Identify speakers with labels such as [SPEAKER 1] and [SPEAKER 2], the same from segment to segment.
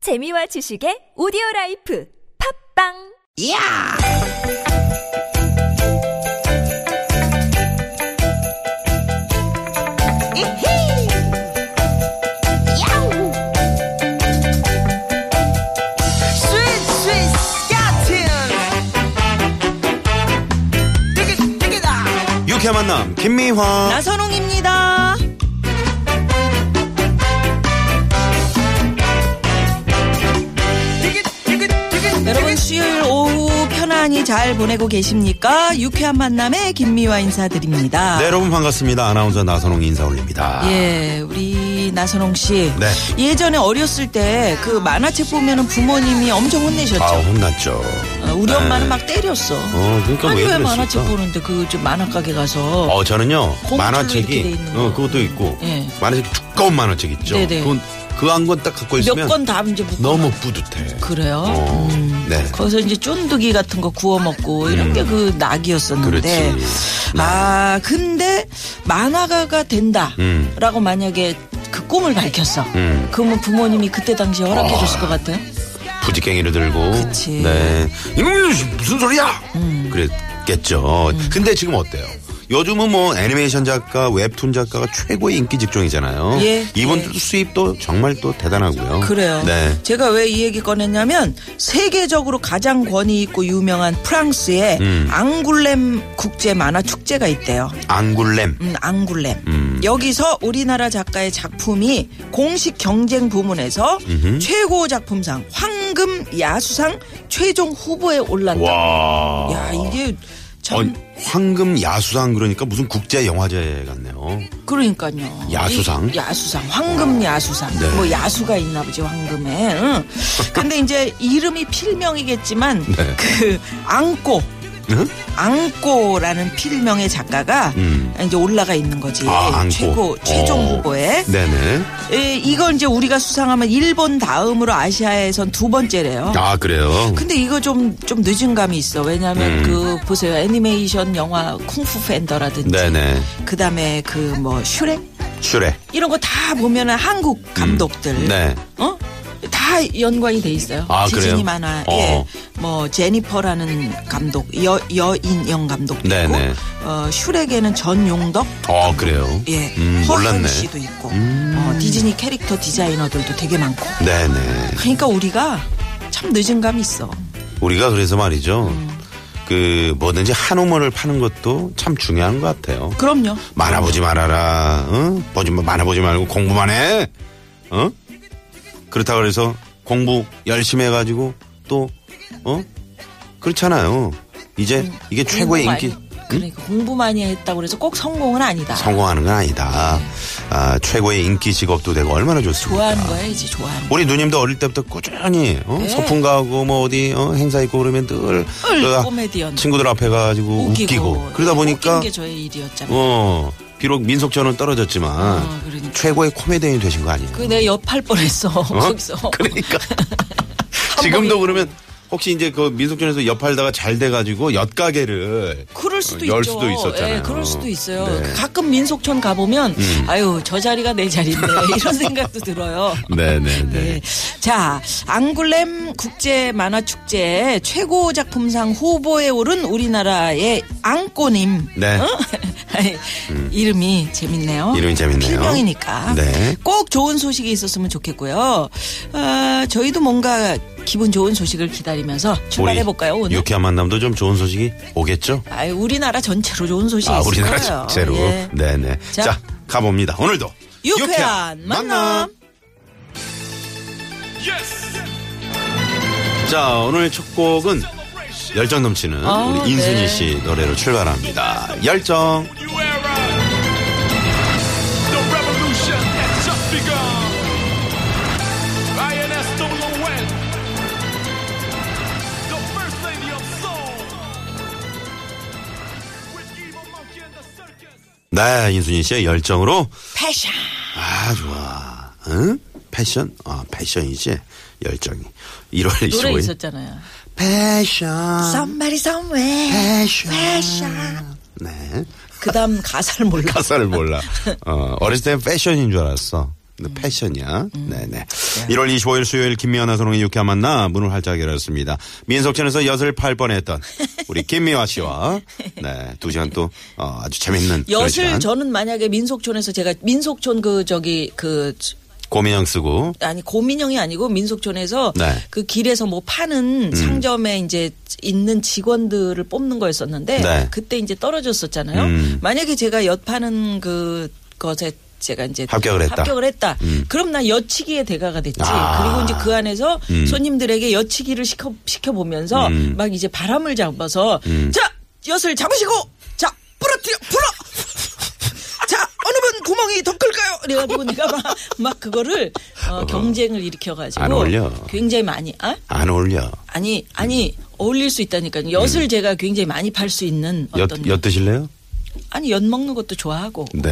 [SPEAKER 1] 재미와 지식의 오디오 라이프 팝빵!
[SPEAKER 2] 야! 이히! 야우! 스윗 스윗 스카틴! 되게 되게다!
[SPEAKER 3] 유쾌 만남 김미화
[SPEAKER 2] 나선홍입니다.
[SPEAKER 4] 여러분 수요일 오후 편안히 잘 보내고 계십니까? 유쾌한 만남의 김미화 인사드립니다.
[SPEAKER 3] 네 여러분 반갑습니다 아나운서 나선홍 인사 올립니다
[SPEAKER 4] 예, 우리 나선홍 씨.
[SPEAKER 3] 네.
[SPEAKER 4] 예전에 어렸을 때 그 만화책 보면은 부모님이 엄청 혼내셨죠.
[SPEAKER 3] 아 혼났죠
[SPEAKER 4] 어, 우리
[SPEAKER 3] 네.
[SPEAKER 4] 엄마는 막 때렸어.
[SPEAKER 3] 어, 그러니까
[SPEAKER 4] 아니
[SPEAKER 3] 왜 그랬을까?
[SPEAKER 4] 만화책 보는데 그 좀 만화 가게 가서
[SPEAKER 3] 어 저는요
[SPEAKER 4] 고무줄로 이렇게 돼
[SPEAKER 3] 만화책이
[SPEAKER 4] 있는
[SPEAKER 3] 어
[SPEAKER 4] 거.
[SPEAKER 3] 그것도 있고
[SPEAKER 4] 예.
[SPEAKER 3] 만화책 두꺼운 만화책 있죠
[SPEAKER 4] 네네.
[SPEAKER 3] 그건 그 한 권 딱 갖고
[SPEAKER 4] 몇
[SPEAKER 3] 있으면
[SPEAKER 4] 건 다 이제 묶어.
[SPEAKER 3] 너무 뿌듯해
[SPEAKER 4] 그래요.
[SPEAKER 3] 어,
[SPEAKER 4] 음.
[SPEAKER 3] 네 음.
[SPEAKER 4] 거기서 이제 쫀득이 같은 거 구워 먹고 이런 게 그 낙이었었는데.
[SPEAKER 3] 그렇지. 네.
[SPEAKER 4] 아, 근데 만화가가 된다.
[SPEAKER 3] 음.
[SPEAKER 4] 라고 만약에 그 꿈을 밝혔어.
[SPEAKER 3] 음.
[SPEAKER 4] 그러면 부모님이 그때 당시에 허락해
[SPEAKER 3] 아.
[SPEAKER 4] 줬을 것 같아요?
[SPEAKER 3] 부지깽이를 들고
[SPEAKER 4] 그치. 음.
[SPEAKER 3] 네 이놈 무슨 소리야 그랬겠죠 근데 지금 어때요 요즘은 뭐 애니메이션 작가 웹툰 작가가 최고의 인기 직종이잖아요
[SPEAKER 4] 예,
[SPEAKER 3] 이분들
[SPEAKER 4] 예.
[SPEAKER 3] 수입도 정말 또 대단하고요
[SPEAKER 4] 그래요.
[SPEAKER 3] 네
[SPEAKER 4] 제가 왜 이 얘기 꺼냈냐면 세계적으로 가장 권위 있고 유명한 프랑스의
[SPEAKER 3] 음.
[SPEAKER 4] 앙굴렘 국제 만화 축제가 있대요.
[SPEAKER 3] 앙굴렘
[SPEAKER 4] 음, 앙굴렘.
[SPEAKER 3] 음.
[SPEAKER 4] 여기서 우리나라 작가의 작품이 공식 경쟁 부문에서
[SPEAKER 3] 음흠.
[SPEAKER 4] 최고 작품상 황금 야수상 최종 후보에 올랐다.
[SPEAKER 3] 와.
[SPEAKER 4] 야, 이게 참
[SPEAKER 3] 어, 황금 야수상 그러니까 무슨 국제 영화제 같네요.
[SPEAKER 4] 그러니까요.
[SPEAKER 3] 야수상?
[SPEAKER 4] 이 야수상, 황금 야수상.
[SPEAKER 3] 네.
[SPEAKER 4] 뭐 야수가 있나 보지 황금에. 응. 근데 이제 이름이 필명이겠지만
[SPEAKER 3] 네.
[SPEAKER 4] 그 앙꼬,
[SPEAKER 3] 응?
[SPEAKER 4] 앙꼬라는 필명의 작가가
[SPEAKER 3] 음.
[SPEAKER 4] 이제 올라가 있는 거지.
[SPEAKER 3] 아, 안고.
[SPEAKER 4] 최고 최종
[SPEAKER 3] 어.
[SPEAKER 4] 후보에.
[SPEAKER 3] 네네.
[SPEAKER 4] 에, 이거 이제 우리가 수상하면 일본 다음으로 아시아에선 두 번째래요.
[SPEAKER 3] 아 그래요.
[SPEAKER 4] 근데 이거 좀 좀 늦은 감이 있어. 왜냐하면
[SPEAKER 3] 음.
[SPEAKER 4] 그 보세요 애니메이션 영화 쿵푸 팬더라든지
[SPEAKER 3] 네네.
[SPEAKER 4] 그다음에 그 뭐 슈렉
[SPEAKER 3] 슈레.
[SPEAKER 4] 이런 거 다 보면은 한국 감독들
[SPEAKER 3] 음. 네.
[SPEAKER 4] 어? 다 연관이 돼 있어요.
[SPEAKER 3] 아,
[SPEAKER 4] 지진이
[SPEAKER 3] 그래요?
[SPEAKER 4] 만화,
[SPEAKER 3] 어.
[SPEAKER 4] 예, 뭐 제니퍼라는 감독, 여 여인영 감독도
[SPEAKER 3] 네,
[SPEAKER 4] 있고,
[SPEAKER 3] 네.
[SPEAKER 4] 어, 슈렉에는 전용덕,
[SPEAKER 3] 어 그래요.
[SPEAKER 4] 예,
[SPEAKER 3] 음,
[SPEAKER 4] 허현
[SPEAKER 3] 몰랐네. 음.
[SPEAKER 4] 씨도 있고, 어, 디즈니 캐릭터 디자이너들도 되게 많고.
[SPEAKER 3] 네네.
[SPEAKER 4] 그러니까 우리가 참 늦은 감이 있어.
[SPEAKER 3] 우리가 그래서 말이죠.
[SPEAKER 4] 음.
[SPEAKER 3] 그 뭐든지 한우머를 파는 것도 참 중요한 것 같아요.
[SPEAKER 4] 그럼요.
[SPEAKER 3] 만화 보지 말아라. 응? 보지 마- 만화 보지 말고 공부만 해. 어? 그렇다고 그래서 공부 열심히 해가지고 또 어? 그렇잖아요. 이제 이게 최고의
[SPEAKER 4] 공부
[SPEAKER 3] 인기
[SPEAKER 4] 많이- 그러니까 공부 많이 했다고 그래서 꼭 성공은 아니다.
[SPEAKER 3] 성공하는 건 아니다. 아, 최고의 인기 직업도 되고 얼마나 좋습니까?
[SPEAKER 4] 좋아하는 거야 이제 좋아하는. 거.
[SPEAKER 3] 우리 누님도 어릴 때부터 꾸준히 어?
[SPEAKER 4] 네.
[SPEAKER 3] 소풍 가고 뭐 어디 어? 행사 있고 그러면 늘
[SPEAKER 4] 늘
[SPEAKER 3] 어,
[SPEAKER 4] 코미디언.
[SPEAKER 3] 친구들 앞에 가지고 어, 웃기고, 그러다 보니까
[SPEAKER 4] 웃긴 게 저의 일이었잖아.
[SPEAKER 3] 어 비록 민속전은 떨어졌지만
[SPEAKER 4] 어, 그러니까.
[SPEAKER 3] 최고의 코미디언이 되신 거 아니에요?
[SPEAKER 4] 그 내 옆할 뻔했어 거기서.
[SPEAKER 3] 그러니까 지금도
[SPEAKER 4] 입고.
[SPEAKER 3] 그러면 혹시 이제 그 민속전에서 옆팔다가 잘 돼가지고 엿가게를
[SPEAKER 4] 그럴 수도
[SPEAKER 3] 열
[SPEAKER 4] 있죠.
[SPEAKER 3] 수도 있었잖아요.
[SPEAKER 4] 예, 그럴 수도 있어요.
[SPEAKER 3] 네. 음.
[SPEAKER 4] 가끔 민속촌 가 보면 아유 저 자리가 내 자리인데 이런 생각도 들어요.
[SPEAKER 3] 네네네.
[SPEAKER 4] 네. 자, 앙굴렘 국제 만화 축제 최고 작품상 후보에 오른 우리나라의 앙꼬님.
[SPEAKER 3] 네. 음.
[SPEAKER 4] 어? 아니, 이름이 재밌네요.
[SPEAKER 3] 이름이 재밌네요.
[SPEAKER 4] 필명이니까.
[SPEAKER 3] 네.
[SPEAKER 4] 꼭 좋은 소식이 있었으면 좋겠고요. 아, 저희도 뭔가 기분 좋은 소식을 기다리면서 출발해 볼까요
[SPEAKER 3] 우리
[SPEAKER 4] 오늘?
[SPEAKER 3] 유쾌한 만남도 좀 좋은 소식이 오겠죠?
[SPEAKER 4] 아, 우리나라 전체로 좋은 소식이
[SPEAKER 3] 아
[SPEAKER 4] 있을
[SPEAKER 3] 우리나라
[SPEAKER 4] 거예요.
[SPEAKER 3] 전체로
[SPEAKER 4] 예.
[SPEAKER 3] 네네.
[SPEAKER 4] 자.
[SPEAKER 3] 자, 가봅니다. 오늘도
[SPEAKER 4] 유쾌한, 만남.
[SPEAKER 3] 자 오늘 첫 곡은 열정 넘치는
[SPEAKER 4] 아,
[SPEAKER 3] 우리 인순이
[SPEAKER 4] 네.
[SPEAKER 3] 씨 노래로 출발합니다. 열정.
[SPEAKER 5] new era. The revolution has just begun. INS the first lady of soul. With evil monkey and the circus.
[SPEAKER 3] 네, 인순이 씨의 열정으로
[SPEAKER 4] 패션.
[SPEAKER 3] 아 좋아. 응? 패션? 아 패션이지 열정이. 1월
[SPEAKER 4] 노래
[SPEAKER 3] 25일.
[SPEAKER 4] 있었잖아요.
[SPEAKER 3] 패션.
[SPEAKER 4] Somebody somewhere.
[SPEAKER 3] 패션.
[SPEAKER 4] 패션.
[SPEAKER 3] 네.
[SPEAKER 4] 그다음 가사를 몰라.
[SPEAKER 3] 가사를 몰라. 어, 어렸을 땐 패션인 줄 알았어. 근데
[SPEAKER 4] 음.
[SPEAKER 3] 패션이야. 네네. 1월 25일 수요일 김미연 아선홍의 유쾌한 만나 문을 활짝 열었습니다. 민속촌에서 엿을 팔 뻔했던 우리 김미화 씨와 네, 두 시간 또 어, 아주 재밌는 그런
[SPEAKER 4] 엿을
[SPEAKER 3] 시간.
[SPEAKER 4] 저는 만약에 민속촌에서 제가 민속촌 그 저기 그
[SPEAKER 3] 고민형 쓰고
[SPEAKER 4] 아니 고민형이 아니고 민속촌에서
[SPEAKER 3] 네. 음.
[SPEAKER 4] 그 길에서 뭐 파는 상점에 이제 있는 직원들을 뽑는 거였었는데
[SPEAKER 3] 네.
[SPEAKER 4] 그때 이제 떨어졌었잖아요.
[SPEAKER 3] 음.
[SPEAKER 4] 만약에 제가 엿 파는 그 것에 제가 이제
[SPEAKER 3] 합격을 했다. 음.
[SPEAKER 4] 합격을 했다. 그럼 나 여치기의 대가가 됐지.
[SPEAKER 3] 아.
[SPEAKER 4] 그리고 이제 그 안에서
[SPEAKER 3] 음.
[SPEAKER 4] 손님들에게 여치기를 시켜 시켜 보면서
[SPEAKER 3] 음.
[SPEAKER 4] 막 이제 바람을 잡아서 자 엿을 잡으시고 자 부러뜨려 불어 자 어느 분 구멍이 더 클까요? 그래가지고 내가 막, 막 그거를 어, 경쟁을 일으켜가지고
[SPEAKER 3] 안 어울려.
[SPEAKER 4] 굉장히 많이 아?
[SPEAKER 3] 안 어울려.
[SPEAKER 4] 아니 아니 어울릴 수 있다니까요. 엿을 제가 굉장히 많이 팔 수 있는
[SPEAKER 3] 음. 엿,
[SPEAKER 4] 어떤
[SPEAKER 3] 엿 드실래요?
[SPEAKER 4] 아니 엿 먹는 것도 좋아하고
[SPEAKER 3] 네.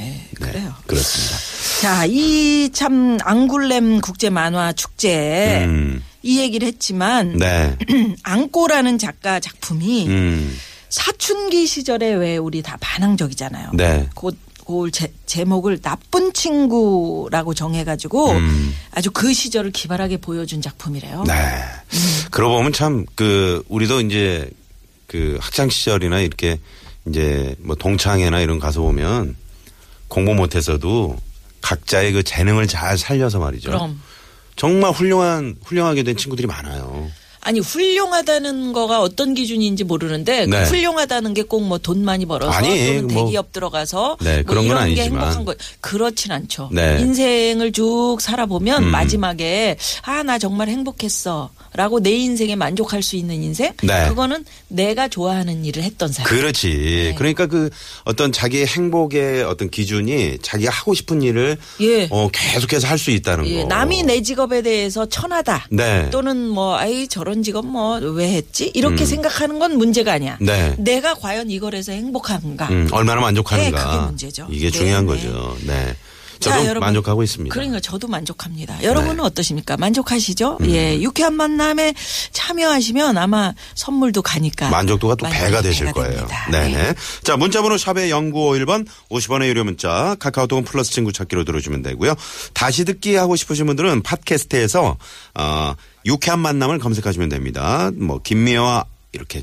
[SPEAKER 4] 예,
[SPEAKER 3] 네,
[SPEAKER 4] 그래요.
[SPEAKER 3] 그렇습니다.
[SPEAKER 4] 자, 이 참 앙굴렘 국제 만화 축제
[SPEAKER 3] 음.
[SPEAKER 4] 이 얘기를 했지만
[SPEAKER 3] 네.
[SPEAKER 4] 앙꼬라는 작가 작품이
[SPEAKER 3] 음.
[SPEAKER 4] 사춘기 시절에 왜 우리 다 반항적이잖아요.
[SPEAKER 3] 네.
[SPEAKER 4] 곧 그걸 제, 제목을 나쁜 친구라고 정해가지고
[SPEAKER 3] 음.
[SPEAKER 4] 아주 그 시절을 기발하게 보여준 작품이래요.
[SPEAKER 3] 네. 그러고 보면 참 그 우리도 이제 그 학창 시절이나 이렇게 이제 뭐 동창회나 이런 가서 보면 공부 못해서도 각자의 그 재능을 잘 살려서 말이죠.
[SPEAKER 4] 그럼.
[SPEAKER 3] 정말 훌륭한 훌륭하게 된 친구들이 많아요.
[SPEAKER 4] 아니 훌륭하다는 거가 어떤 기준인지 모르는데 그
[SPEAKER 3] 네.
[SPEAKER 4] 훌륭하다는 게 꼭 뭐 돈 많이 벌어서
[SPEAKER 3] 아니,
[SPEAKER 4] 또는
[SPEAKER 3] 뭐.
[SPEAKER 4] 대기업 들어가서
[SPEAKER 3] 네,
[SPEAKER 4] 뭐
[SPEAKER 3] 그런 건
[SPEAKER 4] 이런 게
[SPEAKER 3] 아니지만.
[SPEAKER 4] 행복한 거 그렇진 않죠.
[SPEAKER 3] 네. 음.
[SPEAKER 4] 인생을 쭉 살아보면 마지막에 아 나 정말 행복했어라고 내 인생에 만족할 수 있는 인생
[SPEAKER 3] 네.
[SPEAKER 4] 그거는 내가 좋아하는 일을 했던 사람. 네.
[SPEAKER 3] 그렇지. 그러니까 그 어떤 자기의 행복의 어떤 기준이 자기가 하고 싶은 일을
[SPEAKER 4] 예.
[SPEAKER 3] 어, 계속해서 할 수 있다는
[SPEAKER 4] 예,
[SPEAKER 3] 거.
[SPEAKER 4] 남이 내 직업에 대해서 천하다.
[SPEAKER 3] 그 뭐. 네.
[SPEAKER 4] 또는 뭐 아이 저런 직업 뭐 왜 했지? 이렇게 생각하는 건 문제가 아니야.
[SPEAKER 3] 음. 네.
[SPEAKER 4] 내가 과연 이걸 해서 행복한가?
[SPEAKER 3] 음, 얼마나 만족하는가.
[SPEAKER 4] 네, 그게 문제죠.
[SPEAKER 3] 이게
[SPEAKER 4] 네,
[SPEAKER 3] 중요한
[SPEAKER 4] 네.
[SPEAKER 3] 거죠. 네.
[SPEAKER 4] 자,
[SPEAKER 3] 저도
[SPEAKER 4] 여러분.
[SPEAKER 3] 만족하고 있습니다. 네.
[SPEAKER 4] 그러니까 저도 만족합니다. 여러분은 어떠십니까? 만족하시죠?
[SPEAKER 3] 음.
[SPEAKER 4] 예, 유쾌한 만남에 참여하시면 아마 선물도 가니까
[SPEAKER 3] 만족도가 또
[SPEAKER 4] 만족이
[SPEAKER 3] 배가 되실
[SPEAKER 4] 배가
[SPEAKER 3] 거예요.
[SPEAKER 4] 됩니다. 예.
[SPEAKER 3] 네네. 자, 문자번호 샵의 0951번 50원의 유료 문자 카카오톡은 플러스 친구 찾기로 들어주면 되고요. 다시 듣기 하고 싶으신 분들은 팟캐스트에서 어, 유쾌한 만남을 검색하시면 됩니다. 뭐 김미화 이렇게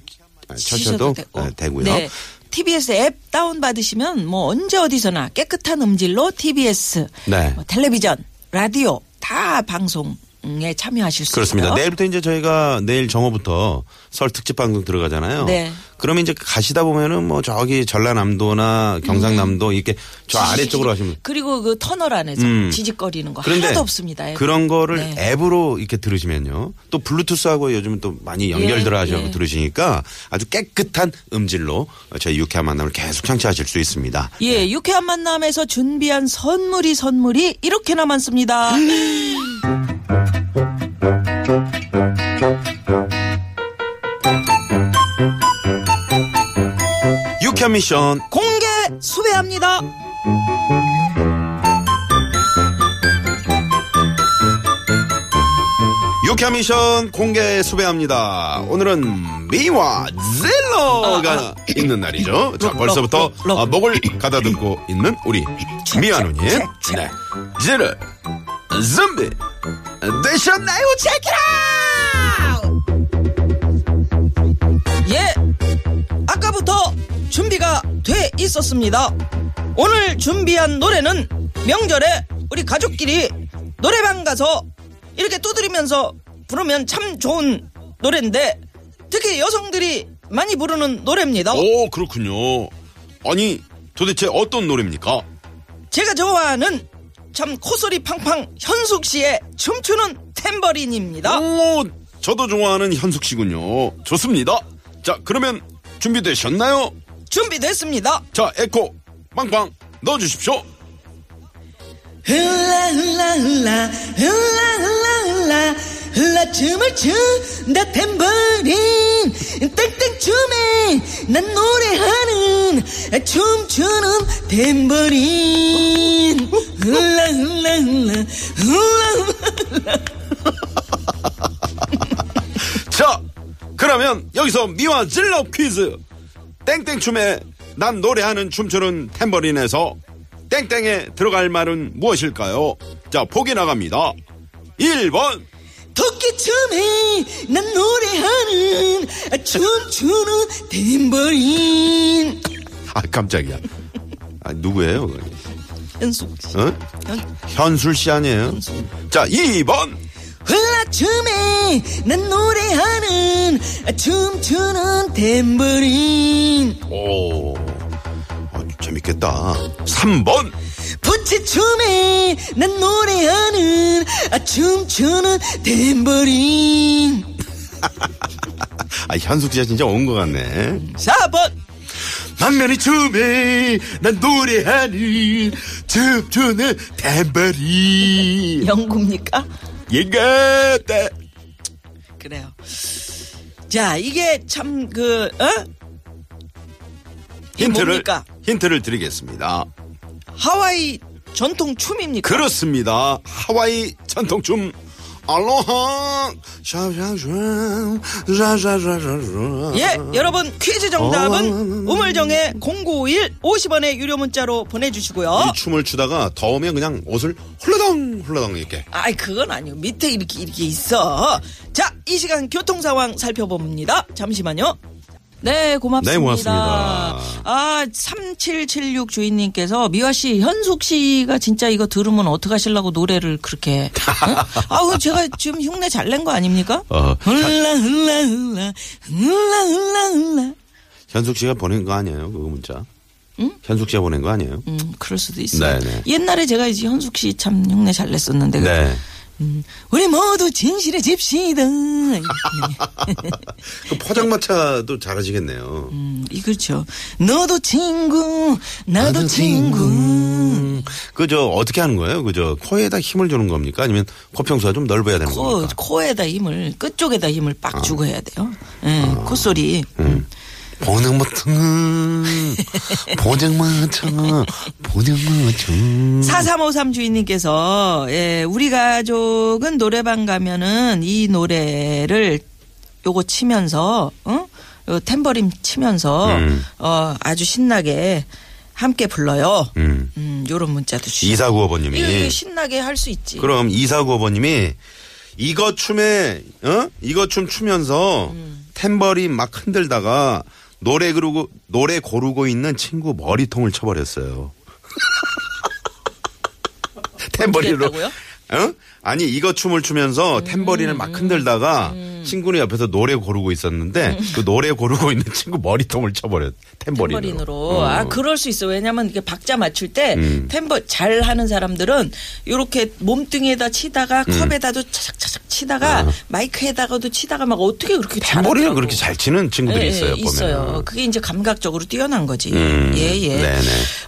[SPEAKER 3] 쳐셔도
[SPEAKER 4] 치셔도 아, 되고.
[SPEAKER 3] 네, 되고요.
[SPEAKER 4] 네. TBS 앱 다운 받으시면 뭐 언제 어디서나 깨끗한 음질로 TBS,
[SPEAKER 3] 네.
[SPEAKER 4] 뭐 텔레비전, 라디오 다 방송에 참여하실 수
[SPEAKER 3] 그렇습니다.
[SPEAKER 4] 있어요.
[SPEAKER 3] 내일부터 이제 저희가 내일 정오부터 설 특집 방송 들어가잖아요.
[SPEAKER 4] 네.
[SPEAKER 3] 그러면 이제 가시다 보면은 뭐 저기 전라남도나 경상남도 이렇게 저 아래쪽으로
[SPEAKER 4] 음. 지지직-
[SPEAKER 3] 하시면
[SPEAKER 4] 그리고 그 터널 안에서
[SPEAKER 3] 음.
[SPEAKER 4] 지직거리는 거
[SPEAKER 3] 그런데
[SPEAKER 4] 하나도 없습니다. 앱.
[SPEAKER 3] 그런 거를
[SPEAKER 4] 네.
[SPEAKER 3] 앱으로 이렇게 들으시면요. 또 블루투스하고 요즘은 또 많이 연결들어 하셔
[SPEAKER 4] 예.
[SPEAKER 3] 들으시니까 아주 깨끗한 음질로 저희 유쾌한 만남을 계속 청취하실 수 있습니다.
[SPEAKER 4] 예, 유쾌한 만남에서 준비한 선물이 선물이 이렇게나 많습니다.
[SPEAKER 3] 유쾌한 미션
[SPEAKER 4] 공개 수배합니다.
[SPEAKER 3] 유쾌한 미션 공개 수배합니다. 오늘은 미와 젤러가 있는 날이죠. 자, 벌써부터
[SPEAKER 4] 럭, 럭.
[SPEAKER 3] 아, 목을 가다듬고 있는 우리 미아누님.
[SPEAKER 4] 책, 책.
[SPEAKER 3] 네. 젤러, 좀비, 되셨나요? 체키라!
[SPEAKER 4] 예, 아까부터 준비가 돼 있었습니다. 오늘 준비한 노래는 명절에 우리 가족끼리 노래방 가서 이렇게 두드리면서 부르면 참 좋은 노래인데 특히 여성들이 많이 부르는 노래입니다.
[SPEAKER 3] 오, 그렇군요. 아니, 도대체 어떤 노래입니까?
[SPEAKER 4] 제가 좋아하는 참 코소리 팡팡 현숙 씨의 춤추는 탬버린입니다.
[SPEAKER 3] 오, 저도 좋아하는 현숙 씨군요. 좋습니다. 자, 그러면 준비되셨나요?
[SPEAKER 4] 준비됐습니다.
[SPEAKER 3] 자, 에코, 빵빵, 넣어주십시오.
[SPEAKER 4] 흘라 흘라 흘라 흘라 흘라 흘라 흘라 춤을 춘다 탬버린 땡땡 춤에 난 노래하는 춤추는 탬버린 흘라 흘라 흘라 흘라
[SPEAKER 3] 자, 그러면 여기서 미와 질러 퀴즈. 땡땡춤에 난 노래하는 춤추는 탬버린에서 땡땡에 들어갈 말은 무엇일까요? 자, 보기 나갑니다. 1번,
[SPEAKER 4] 도끼처럼 난 노래하는 아, 춤추는 탬버린
[SPEAKER 3] 아, 깜짝이야. 아, 누구예요? 그거?
[SPEAKER 4] 현숙 씨
[SPEAKER 3] 어? 현술 씨 아니에요? 자, 2번,
[SPEAKER 4] 흘라춤에 난 노래하는 아, 춤추는 탬버린
[SPEAKER 3] 오, 아, 재밌겠다. 3번,
[SPEAKER 4] 부채춤에 난 노래하는 아, 춤추는 탬버린
[SPEAKER 3] 아, 현숙 씨가 진짜 온 것 같네.
[SPEAKER 4] 4번
[SPEAKER 3] 만면이 춤에 난 노래하는 춤추는 댄버리
[SPEAKER 4] 영국입니까?
[SPEAKER 3] 얘가 다-
[SPEAKER 4] 그래요. 자, 이게 참 그, 어? 이게
[SPEAKER 3] 힌트를
[SPEAKER 4] 뭡니까?
[SPEAKER 3] 힌트를 드리겠습니다.
[SPEAKER 4] 하와이 전통 춤입니까?
[SPEAKER 3] 그렇습니다. 하와이 전통춤 알로하 샤샤샤 샤샤샤샤
[SPEAKER 4] 예, 여러분 퀴즈 정답은
[SPEAKER 3] 그- 어.
[SPEAKER 4] 우물정의 0951 50원의 유료 문자로 보내주시고요.
[SPEAKER 3] 이 춤을 추다가 더우면 그냥 옷을 홀라당 홀라당 이렇게
[SPEAKER 4] 아이, 그건 아니요. 밑에 이렇게, 이렇게 있어. 자, 이 시간 교통 상황 살펴봅니다. 잠시만요. 네, 고맙습니다.
[SPEAKER 3] 네, 고맙습니다.
[SPEAKER 4] 아, 3776 주인님께서 미화 씨, 현숙 씨가 진짜 이거 들으면 어떡하시려고 노래를 그렇게. 응? 아우, 제가 지금 흉내 잘 낸 거 아닙니까?
[SPEAKER 3] 어.
[SPEAKER 4] 흘라, 흘라, 흘라, 흘라, 흘라, 흘라.
[SPEAKER 3] 현숙 씨가 보낸 거 아니에요? 그거 문자. 현숙 씨가 보낸 거 아니에요?
[SPEAKER 4] 음, 그럴 수도 있어요.
[SPEAKER 3] 네네.
[SPEAKER 4] 옛날에 제가 이제 현숙 씨 참 흉내 잘 냈었는데.
[SPEAKER 3] 네.
[SPEAKER 4] 음, 우리 모두 진실의 집시다.
[SPEAKER 3] 그 포장마차도 잘하시겠네요.
[SPEAKER 4] 음, 이 그렇죠. 너도 친구, 나도 친구.
[SPEAKER 3] 친구. 음, 그저 어떻게 하는 거예요? 그저 코에다 힘을 주는 겁니까? 아니면 코평수가 좀 넓어야 되는
[SPEAKER 4] 코,
[SPEAKER 3] 겁니까?
[SPEAKER 4] 코에다 힘을, 끝쪽에다 힘을
[SPEAKER 3] 아.
[SPEAKER 4] 빡 주고 해야 돼요. 예, 콧소리.
[SPEAKER 3] 음. 보는 마창 보장 마창 보장 마창
[SPEAKER 4] 4353 주인님께서, 예, 우리 가족은 노래방 가면은 이 노래를 요거 치면서, 응? 요 탬버림 치면서,
[SPEAKER 3] 음.
[SPEAKER 4] 어, 아주 신나게 함께 불러요.
[SPEAKER 3] 음.
[SPEAKER 4] 음, 요런 문자도 주시고.
[SPEAKER 3] 이사구어버님이
[SPEAKER 4] 이게 신나게 할 수 있지.
[SPEAKER 3] 그럼 이사구어버님이 이거 춤에 어 이거 춤 추면서 탬버린 막 흔들다가 노래 그러고 노래 고르고 있는 친구 머리통을 쳐버렸어요. 탬버린으로
[SPEAKER 4] 어떻게 했다고요? 음.
[SPEAKER 3] 어? 아니 이거 춤을 추면서 탬버린을 막 흔들다가 친구는 옆에서 노래 고르고 있었는데 그 노래 고르고 있는 친구 머리통을 쳐버렸 탬버린으로.
[SPEAKER 4] 음. 탬버린으로.
[SPEAKER 3] 어. 음.
[SPEAKER 4] 아, 그럴 수 있어. 왜냐면 이게 박자 맞출 때 탬버 잘 하는 사람들은 요렇게 몸뚱이에다 치다가
[SPEAKER 3] 음.
[SPEAKER 4] 컵에다도 차삭차삭 치다가 마이크에다가도 치다가 막 어떻게 그렇게
[SPEAKER 3] 어. 탬버린을
[SPEAKER 4] 잘하더라고.
[SPEAKER 3] 그렇게 잘 치는 친구들이
[SPEAKER 4] 예, 예,
[SPEAKER 3] 있어요. 보면.
[SPEAKER 4] 있어요. 그게 이제 감각적으로 뛰어난 거지.
[SPEAKER 3] 음,
[SPEAKER 4] 예, 예.
[SPEAKER 3] 네네.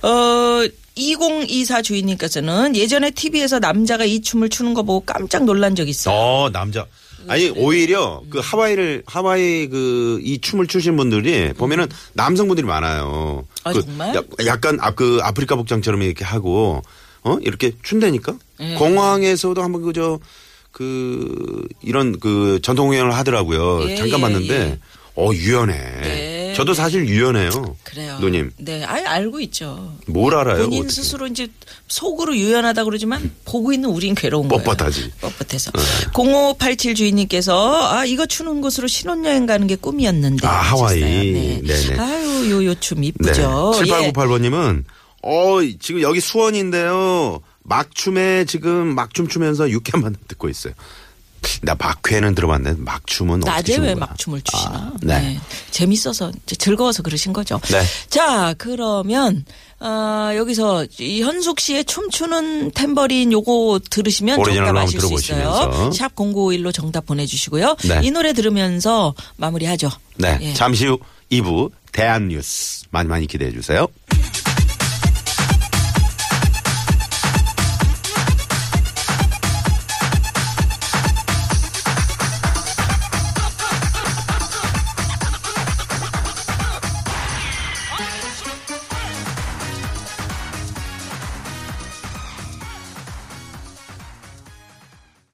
[SPEAKER 4] 어, 2024 주인님께서는 예전에 TV에서 남자가 이 춤을 추는 거 보고 깜짝 놀란 적 있어요.
[SPEAKER 3] 어 남자 아니 오히려 그 하와이를 하와이 그 이 춤을 추신 분들이 보면은 남성분들이 많아요.
[SPEAKER 4] 아,
[SPEAKER 3] 그
[SPEAKER 4] 정말?
[SPEAKER 3] 약- 약간 아, 그 아프리카 복장처럼 이렇게 하고 어 이렇게 춘다니까
[SPEAKER 4] 예.
[SPEAKER 3] 공항에서도 한번 그저 그 이런 그 전통 공연을 하더라고요.
[SPEAKER 4] 예,
[SPEAKER 3] 잠깐
[SPEAKER 4] 예,
[SPEAKER 3] 봤는데
[SPEAKER 4] 예.
[SPEAKER 3] 어 유연해.
[SPEAKER 4] 네.
[SPEAKER 3] 저도 사실 유연해요.
[SPEAKER 4] 그래요.
[SPEAKER 3] 누님
[SPEAKER 4] 네, 아, 알고 있죠.
[SPEAKER 3] 뭘 알아요?
[SPEAKER 4] 본인
[SPEAKER 3] 어떻게.
[SPEAKER 4] 스스로 이제 속으로 유연하다 그러지만 보고 있는 우린 괴로운
[SPEAKER 3] 뻣뻣하지. 네.
[SPEAKER 4] 거예요. 뻣뻣해서. 0587 주인님께서 아 이거 추는 곳으로 신혼여행 가는 게 꿈이었는데.
[SPEAKER 3] 아, 하와이.
[SPEAKER 4] 하셨어요.
[SPEAKER 3] 네네.
[SPEAKER 4] 아유 요 요 춤
[SPEAKER 3] 네.
[SPEAKER 4] 이쁘죠. 예.
[SPEAKER 3] 7898번님은, 어, 지금 여기 수원인데요. 막춤에 지금 막춤 추면서 육회만 듣고 있어요. 나 막회는 들어봤는데 막춤은 어떻게
[SPEAKER 4] 낮에
[SPEAKER 3] 추는
[SPEAKER 4] 왜
[SPEAKER 3] 거야?
[SPEAKER 4] 막춤을 추시나?
[SPEAKER 3] 아, 네.
[SPEAKER 4] 재밌어서 이제 즐거워서 그러신 거죠.
[SPEAKER 3] 네.
[SPEAKER 4] 자, 그러면 아, 여기서 이 현숙 씨의 춤추는 탬버린 요거 들으시면
[SPEAKER 3] 오리지널로
[SPEAKER 4] 정답
[SPEAKER 3] 한번
[SPEAKER 4] 아실 수 있어요.
[SPEAKER 3] 들어보시면서.
[SPEAKER 4] 샵 0951로 정답 보내 주시고요.
[SPEAKER 3] 네.
[SPEAKER 4] 이 노래 들으면서 마무리하죠.
[SPEAKER 3] 네.
[SPEAKER 4] 예.
[SPEAKER 3] 잠시 후 2부 대한 뉴스 많이 많이 기대해 주세요.